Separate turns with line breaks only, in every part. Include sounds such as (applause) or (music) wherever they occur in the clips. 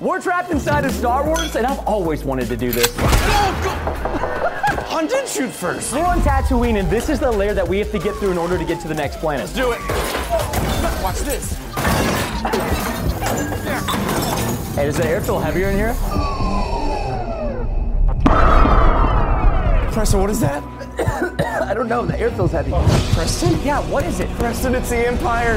We're trapped inside of Star Wars, and I've always wanted to do this.
Hunt and shoot first.
We're on Tatooine, and this is the layer that we have to get through in order to get to the next planet.
Do it. Watch this.
Hey, does the air feel heavier in here? (laughs)
Preston, what is that?
I don't know. The air feels heavy.
Preston?
Yeah, what is it?
Preston, it's the Empire.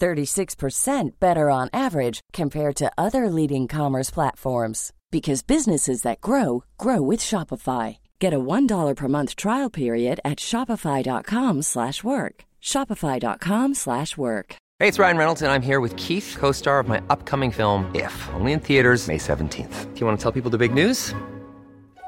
36% better on average compared to other leading commerce platforms because businesses that grow grow with Shopify. Get a $1 per month trial period at shopify.com/work. shopify.com/work.
Hey, it's Ryan Reynolds, and I'm here with Keith, co star of my upcoming film, If, only in theaters, May 17th. Do you want to tell people the big news?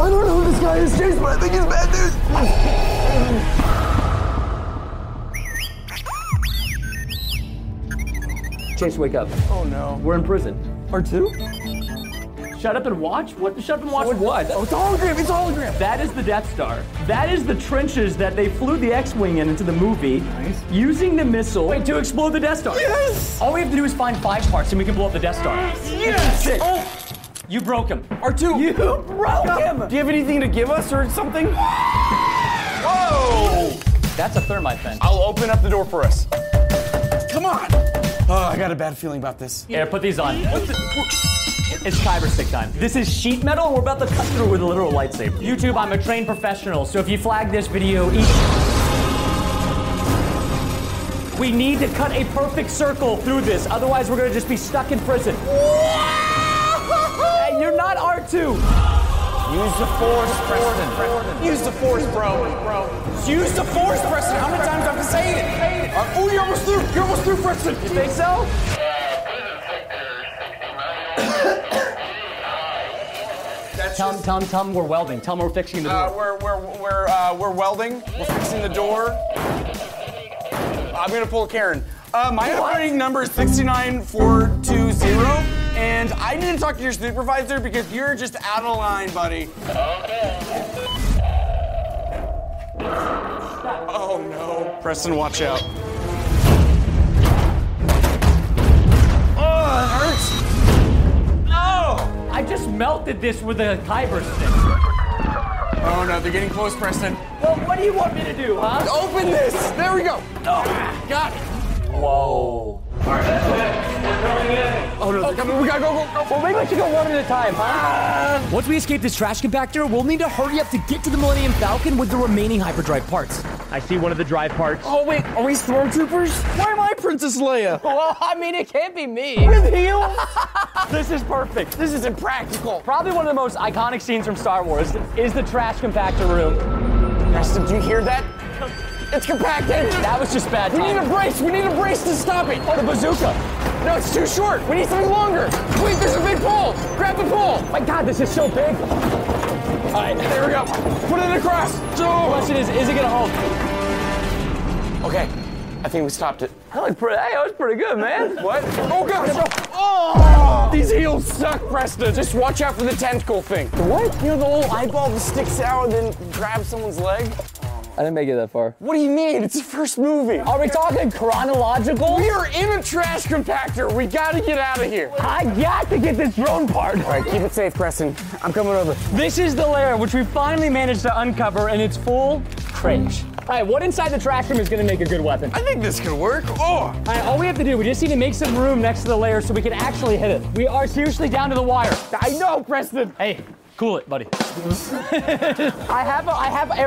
I don't know who this guy is, James, but I think he's bad news. Chase, wake up.
Oh no.
We're in prison.
Part two?
Shut up and watch? What? Shut up and watch what?
Oh, it's a hologram. It's a hologram.
That is the Death Star. That is the trenches that they flew the X-Wing in into the movie
Nice.
using the missile to explode the Death Star.
Yes.
All we have to do is find five parts and we can blow up the Death Star.
Yes.
Six.
Oh,
You broke him.
part two.
You broke him!
Do you have anything to give us or something? Whoa!
That's a thermite fence.
I'll open up the door for us. Come on. Oh, I got a bad feeling about this.
Here, put these on. It's cyber stick time. This is sheet metal, and we're about to cut through with a literal lightsaber. YouTube, I'm a trained professional, so if you flag this video, each. We need to cut a perfect circle through this, otherwise, we're gonna just be stuck in prison. Hey, you're not R2.
Use the force, Preston. Use the force, bro. Bro. Use the force, Preston. How many times do I have to say it? Uh, oh, you're almost through. You're almost through, Preston. You think so? That's
Tell him, tell him, tell him we're welding. Tell him we're fixing the
Uh,
door.
we're we're we're uh, we're welding. We're fixing the door. I'm gonna pull Karen. Uh, my operating number is 69420, and I need to talk to your supervisor because you're just out of line, buddy. Okay. Oh no, Preston, watch out. Oh, it hurts. Oh.
I just melted this with a kyber stick.
Oh no, they're getting close, Preston.
Well, what do you want me to do, huh?
Open this. There we go. Oh, got it.
Whoa.
Oh no, they're coming. We gotta go, go, Ah. go.
Well, maybe I should go one at a time, huh? Once we escape this trash compactor, we'll need to hurry up to get to the Millennium Falcon with the remaining hyperdrive parts. I see one of the drive parts.
Oh wait, are we stormtroopers? Why am I Princess Leia?
well, I mean, it can't be me. With heels? this is perfect.
This is impractical.
Probably one of the most iconic scenes from Star Wars is the trash compactor room.
Preston, do you hear that? It's compacted.
That was just bad
We need
timing.
a brace. We need a brace to stop it.
Oh, the bazooka.
No, it's too short. We need something longer. Wait, there's a big pole. Grab the pole.
My God, this is so big.
All right, there we go. Put it across.
Question is, is it gonna hold?
Okay, I think we stopped it.
That looked pretty. Hey, that was pretty good, man.
What? Oh gosh. Oh, Oh! These heels suck, Presta. Just watch out for the tentacle thing. What? You know the little eyeball that sticks out and then grabs someone's leg?
I didn't make it that far.
What do you mean? It's the first movie.
Are we talking chronological?
We are in a trash compactor. We gotta get out of here.
I got to get this drone part.
All right, keep it safe, Preston. I'm coming over.
This is the lair which we finally managed to uncover and it's full cringe. All right, what inside the trash room is gonna make a good weapon?
I think this could work. Oh!
All right, all we have to do, we just need to make some room next to the lair so we can actually hit it. We are seriously down to the wire.
I know, Preston.
Hey, cool it, buddy. (laughs)
I have a, I have a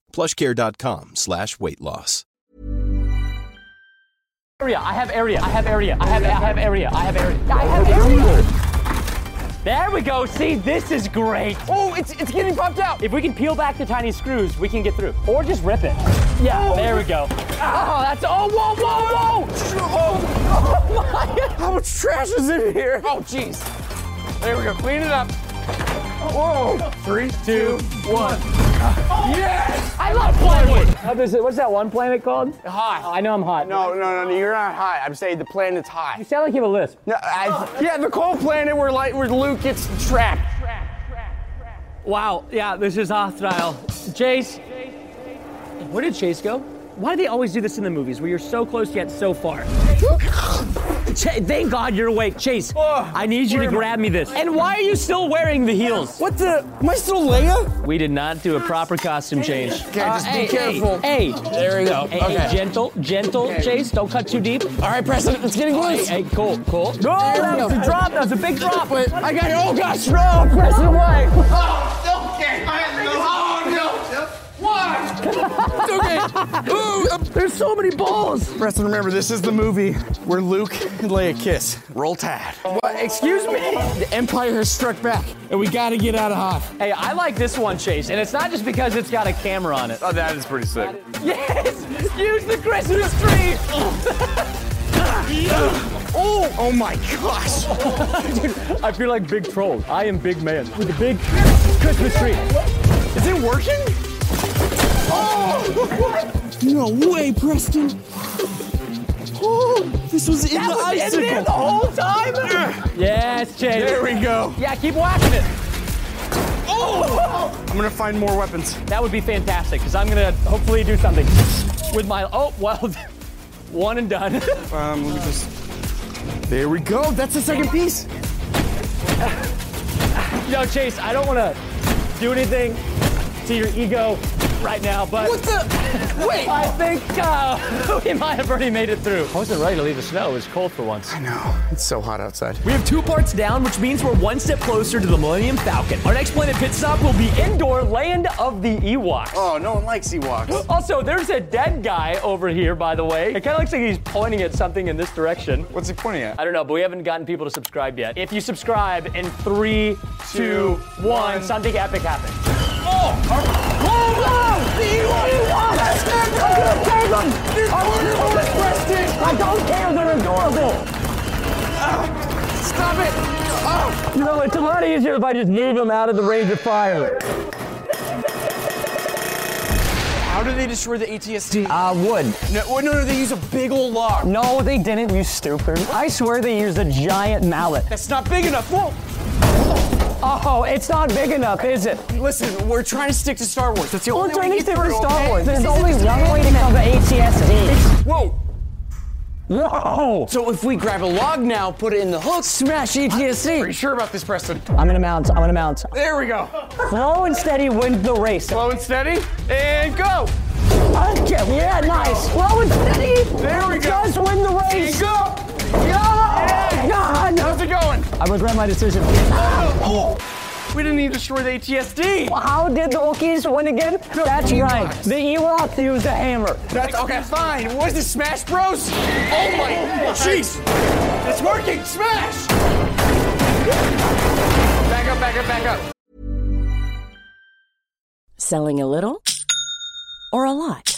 Plushcare.com slash weight loss.
Area, I have area, I have area, I have, I have area, I have area, I have area. There we go. See, this is great.
Oh, it's it's getting popped out.
If we can peel back the tiny screws, we can get through. Or just rip it. Yeah, there we go.
Oh, that's oh whoa whoa whoa! Oh, oh my! How much trash is in here? Oh jeez. There we go. Clean it up. Whoa! Three, two, one. Yes!
I love plywood. How does it- What's that one planet called?
Hot.
I know I'm hot.
No, no, no, no, you're not high. I'm saying the planet's high.
You sound like you have a lisp.
No, I, yeah, the cold planet where like where Luke gets trapped.
Wow, yeah, this is hostile. Chase. Where did Chase go? Why do they always do this in the movies where you're so close yet so far? Ch- thank God you're awake. Chase,
Oh,
I need you to
where am I?
grab me this. And why are you still wearing the heels?
What the? Am I still Leia?
We did not do a proper costume change.
Okay, just be
hey,
careful.
Hey, hey.
There we go.
Hey, hey,
okay.
gentle, gentle, Chase. Don't cut too deep.
All right, Preston, it's getting
Hey,
loose.
hey, cool, cool. No,
There
that
we
was
go.
a drop. That was a big drop.
Wait, I got it. Oh gosh, no, Preston, away.
Oh, okay. Oh, no. One.
There's so many balls.
Preston, remember this is the movie where Luke and Leia kiss. Roll Tide. What? Excuse me. The Empire has struck back, and we gotta get out of Hoth.
Hey, I like this one, Chase, and it's not just because it's got a camera on it.
Oh, that is pretty sick.
Yes, use the Christmas tree.
(laughs) Oh, oh my gosh.
I feel like big troll. I am big man with a big Christmas tree.
Is it working? Oh! no way, Preston. Oh, this was in the
was in there the
whole time?
Yes, Chase.
There we go.
Yeah, keep whacking it.
I'm gonna find more weapons.
That would be fantastic because I'm gonna hopefully do something with my. Oh well, (laughs) one and done. (laughs)
Um, let me just. There we go. That's the second piece.
Yo, Chase, I don't want to do anything to your ego right now, but
What the?
(laughs)
Wait.
I think uh, (laughs) we might have already made it through. I wasn't ready to leave the snow. It was cold for once.
No, it's so hot outside.
We have two parts down, which means we're one step closer to the Millennium Falcon. Our next planet pit stop will be indoor, land of the Ewoks.
Oh, no one likes Ewoks.
Also, there's a dead guy over here, by the way. It kind of looks like he's pointing at something in this direction.
What's he pointing at?
I don't know, but we haven't gotten people to subscribe yet. If you subscribe in three, two,
Two,
one,
one.
something epic happens.
I don't care, they're adorable! Stop it! Oh!
You know, it's a lot easier if I just move him out of the range of fire.
How do they destroy the ATSD?
I would.
No, wait, no, no, they use a big old log.
No, they didn't, you stupid. I swear they used a giant mallet.
That's not big enough. Whoa!
Oh, it's not big enough, is it?
Listen, we're trying to stick to Star Wars. That's the only way
Only
we
way
get through, okay?
There's only one way to kill the ATSD.
Whoa! Whoa! So if we grab a log now, put it in the hook,
Smash
Are you
ETSC.
sure about this, Preston?
I'm gonna mount. I'm gonna mount.
There we go.
Slow and steady wins the race.
Slow and steady, and go.
Okay, yeah, nice. Slow and steady.
There we go.
Just win the
And
race.
go.
Yeah. God.
How's it going?
I regret my decision.
We didn't even destroy the ATSD.
Oh. How did the Wookiees win again? That's right. The Ewoks used a hammer.
That's okay, fine. What is this, Smash Bros? Oh my, jeez! It's working! Smash! Back up, back up, back up.
Selling a little or a lot?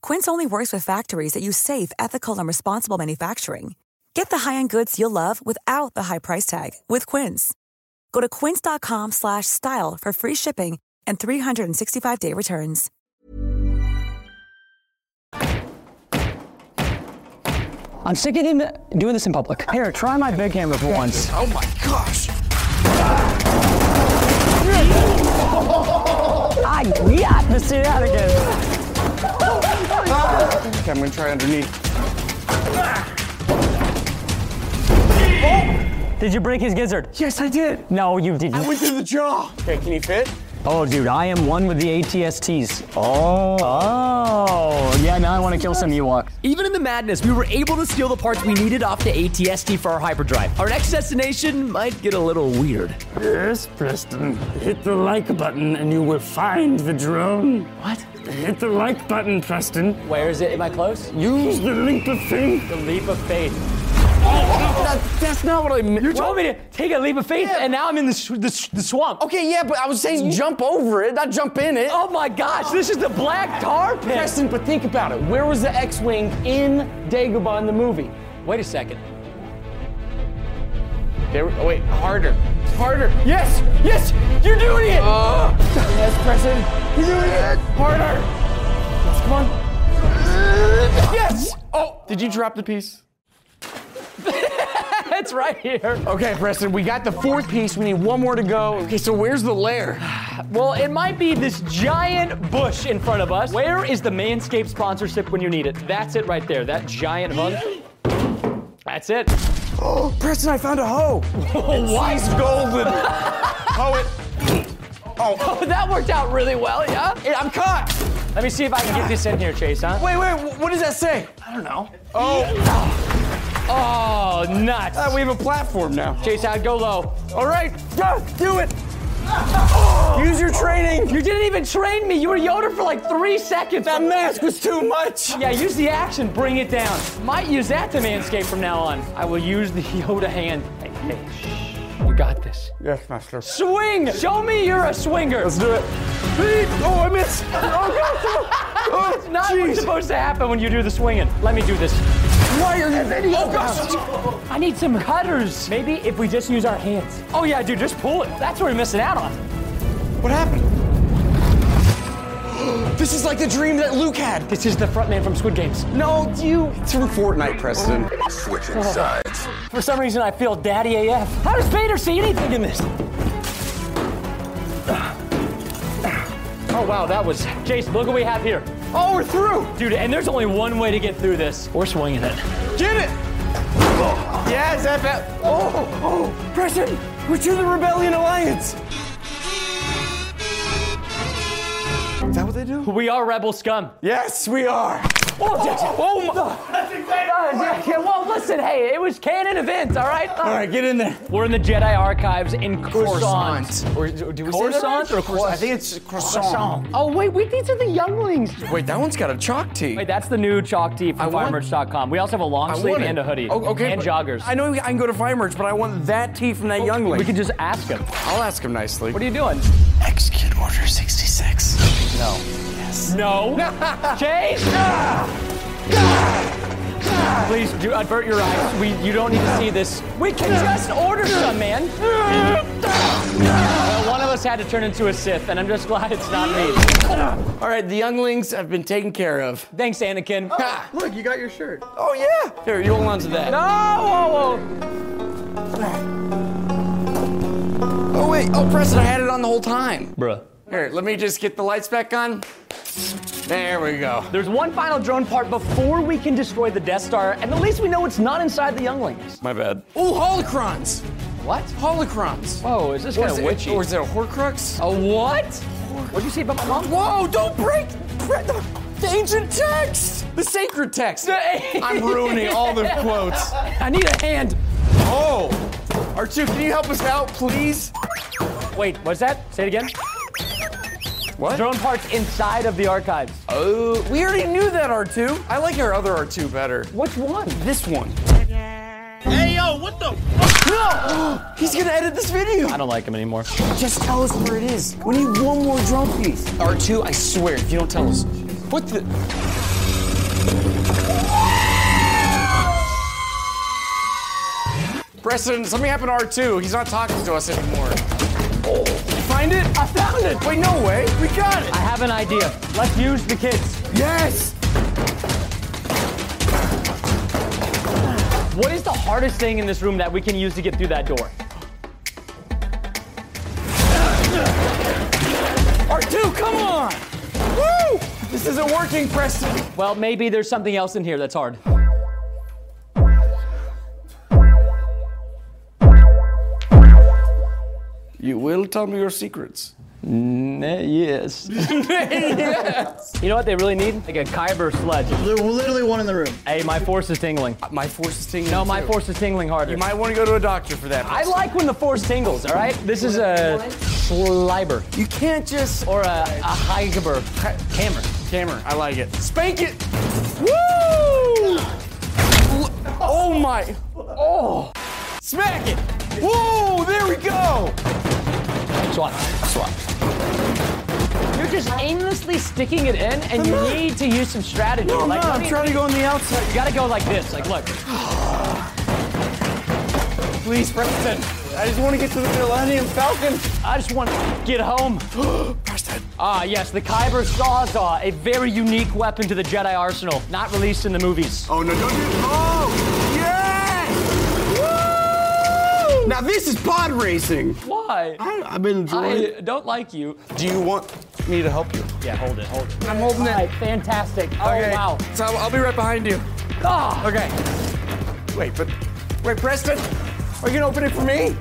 Quince only works with factories that use safe, ethical, and responsible manufacturing. Get the high-end goods you'll love without the high price tag with Quince. Go to quince.com slash style for free shipping and 365-day returns.
I'm sick of him doing this in public. Here, try my big hammer for once.
Oh my gosh!
I got to see that again.
Okay, I'm gonna try underneath.
Oh! Did you break his gizzard?
Yes, I did.
No, you didn't.
Went through the jaw. Okay, can you fit?
Oh, dude, I am one with the ATSTs. Oh, oh, yeah. Now I want to kill some Ewoks.
Even in the madness, we were able to steal the parts we needed off the ATST for our hyperdrive. Our next destination might get a little weird.
Yes, Preston. Hit the like button and you will find the drone. What? Hit the like button, Preston.
Where is it? Am I close?
Use the leap of faith.
The leap of faith.
that's not what I meant.
You told me to take a leap of faith, and now I'm in the, sh- the, sh- the swamp.
Okay, yeah, but I was saying jump over it, not jump in it.
Oh my gosh, this is the black tar pit.
Preston, but think about it. Where was the X-wing in Dagobah in the movie?
Wait a second.
There. Oh, wait, harder, harder. Yes, yes, you're doing it.
Oh.
yes, Preston, you're doing it. Harder. Yes, come on. Yes. Oh, did you drop the piece?
(laughs) It's right here.
Okay, Preston, we got the fourth piece. We need one more to go. Okay, so where's the lair?
Well, it might be this giant bush in front of us. Where is the Manscaped sponsorship when you need it? That's it right there. That giant hunk. That's it.
Oh, (gasps) Preston, I found
(laughs)
a hoe. Why is golden? Hoe it.
(laughs)
Oh,
That worked out really well, yeah?
hey, I'm caught.
Let me see if I can get this in here, Chase, huh?
Wait, wait, wh- what does that say? I don't know. Oh, Uh,
Oh, nuts.
we have a platform now.
Chase, I'd go low.
All right, go, do it. Use your training.
You didn't even train me. You were Yoda for like three seconds.
That mask was too much.
Yeah, use the action, bring it down. Might use that to manscape from now on. I will use the (laughs) Yoda hand. Hey, hey, shh. You got this.
Yes, master. Let's
Swing! Show me you're a swinger.
do it. Beat. Oh, I
(laughs)
missed. Oh, God.
That's not what's supposed to happen when you do the swinging. Let me do this.
Why are you video? Oh, gosh.
I need some cutters. Maybe if we just use our hands. Oh yeah, dude, just pull it. That's what we're missing out on.
What happened? This is like the dream that Luke had.
This is the front man from Squid Games.
No, you. It's from Fortnite, Preston.
Switching sides.
For some reason, I feel daddy AF. How does Vader see anything in this? Oh wow, that was Jace. Look what we have here,
Oh, we're through.
dude. And there's only one way to get through this. We're swinging it.
Get it. Yes, FF. Oh, oh, Preston, we're to the Rebellion Alliance. Is that what they do?
We are rebel scum.
Yes, we are.
Oh, Jackson. Oh, my. That's insane. well, listen, hey, it was canon events, all right? All right,
get in there.
We're in the Jedi archives in Coruscant.
Croissant. Or do we say that
Coruscant
right?
or croissant?
I think it's croissant.
Oh, wait, wait, these are the younglings.
Wait, that one's got a chalk tee.
Wait, that's the new chalk tee from firemerch.com. We also have a long
I
sleeve
want it.
and a hoodie.
Oh, okay.
And
but
joggers. Oh,
I know I can go to Firemerch, but I want that tee from that youngling.
We could just ask him.
I'll ask him nicely.
What are you doing?
Execute Order 66. No. (laughs)
No. Chase!
Ah!
Please do avert your eyes. We you don't need to see this. We can just order some, man.
Ah!
Well, one of us had to turn into a Sith, and I'm just glad it's not me.
All right, the younglings have been taken care of.
Thanks, Anakin.
Ha!
Look, you got your shirt.
Oh, yeah. Here, you hold on to that.
No! Whoa, whoa.
Oh, wait. Oh, Preston, I had it on the whole time.
Bruh.
Here, let me just get the lights back on. There we go.
There's one final drone part before we can destroy the Death Star, and at least we know it's not inside the younglings.
My bad. Ooh, holocrons.
What?
Holocrons.
Whoa, is this
Or
kind
is
of
it-
witchy?
Or is it a Horcrux?
a what? What'd you say about my mom?
Whoa, don't break pre- the, the ancient text! The sacred text! I'm ruining all the quotes.
I need a hand.
Oh! R2, can you help us out, please?
Wait, what's that? Say it again.
What?
Drone parts inside of the archives.
Oh, we already knew that, R2. I like our other R2 better.
Which one?
This one.
Hey, yo, what the fuck?
No! (gasps) He's gonna edit this video!
I don't like him anymore.
Just tell us where it is. We need one more drone piece. R2, I swear, if you don't tell us. What the? Preston, something happened to R2. He's not talking to us anymore.
Find it? I found it.
Wait, no way. We got it.
I have an idea. Let's use the kids.
Yes!
What is the hardest thing in this room that we can use to get through that door?
R2, come on! Woo! This isn't working, Preston.
Well, maybe there's something else in here that's hard.
You will tell me your secrets.
yes. You know what they really need? Like a Kyber sledge.
There's literally one in the room.
Hey, my force is tingling.
My force is tingling.
No, my
too.
force is tingling harder.
You might want to go to a doctor for that.
I like when the force tingles, all right? This is a sliber
You can't just.
or a, a hyber. Hammer.
Hammer, I like it. Spank it! Woo! Oh my! Oh! Smack it! Whoa! There we go!
Swat. Swat. You're just aimlessly sticking it in, and you need to use some strategy.
No,
like,
no,
let
I'm
me-
trying to go on the outside.
You gotta go like this. Like, look.
Please, Preston. I just want to get to the Millennium Falcon.
I just want to get
(gasps)
home.
Preston.
Ah, yes, the Kyber Sawzall, a very unique weapon to the Jedi arsenal, not released in the movies.
Oh, no, don't do Oh, yes! Woo! Now, this is pod racing.
Why?
I, I've been enjoying
I don't like you.
Do you want me to help you?
Yeah, hold it, hold it.
I'm holding
All right, fantastic. Oh,
Okay.
wow.
So I'll I'll be right behind you.
Ah!
Okay. Wait, but wait, Preston, are you gonna open it for me?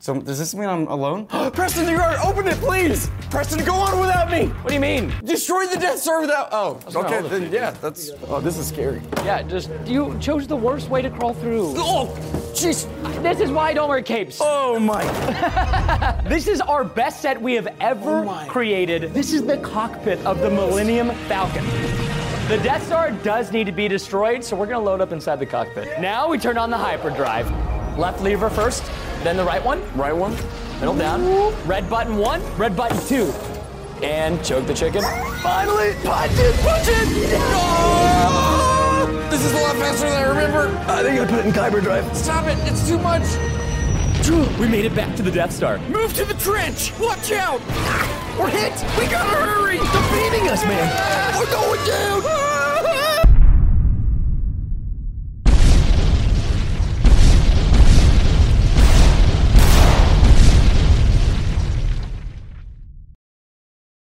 So does this mean I'm alone? (gasps) Preston, you are open it, please. Preston, go on without me.
What do you mean?
Destroy the Death Star without. Oh,
not
okay,
all of
then yeah, that's. Oh, this is scary.
Yeah, just you chose the worst way to crawl through.
Oh, jeez.
This is why I don't wear capes.
Oh my.
(laughs) This is our best set we have ever
Oh,
created. This is the cockpit of the Millennium Falcon. The Death Star does need to be destroyed, so we're gonna load up inside the cockpit. Now we turn on the hyperdrive. Left lever first, then the right one,
Right one.
middle down. Red button one, red button two. And choke the chicken.
Finally, punch it, punch it. Oh! This is a lot faster than I remember. I think I Uh, put it in Kyber Drive. Stop it! It's too much.
We made it back to the Death Star.
Move to the trench! Watch out! Ah, We're hit! We gotta hurry! They're beating us, man! We're going down!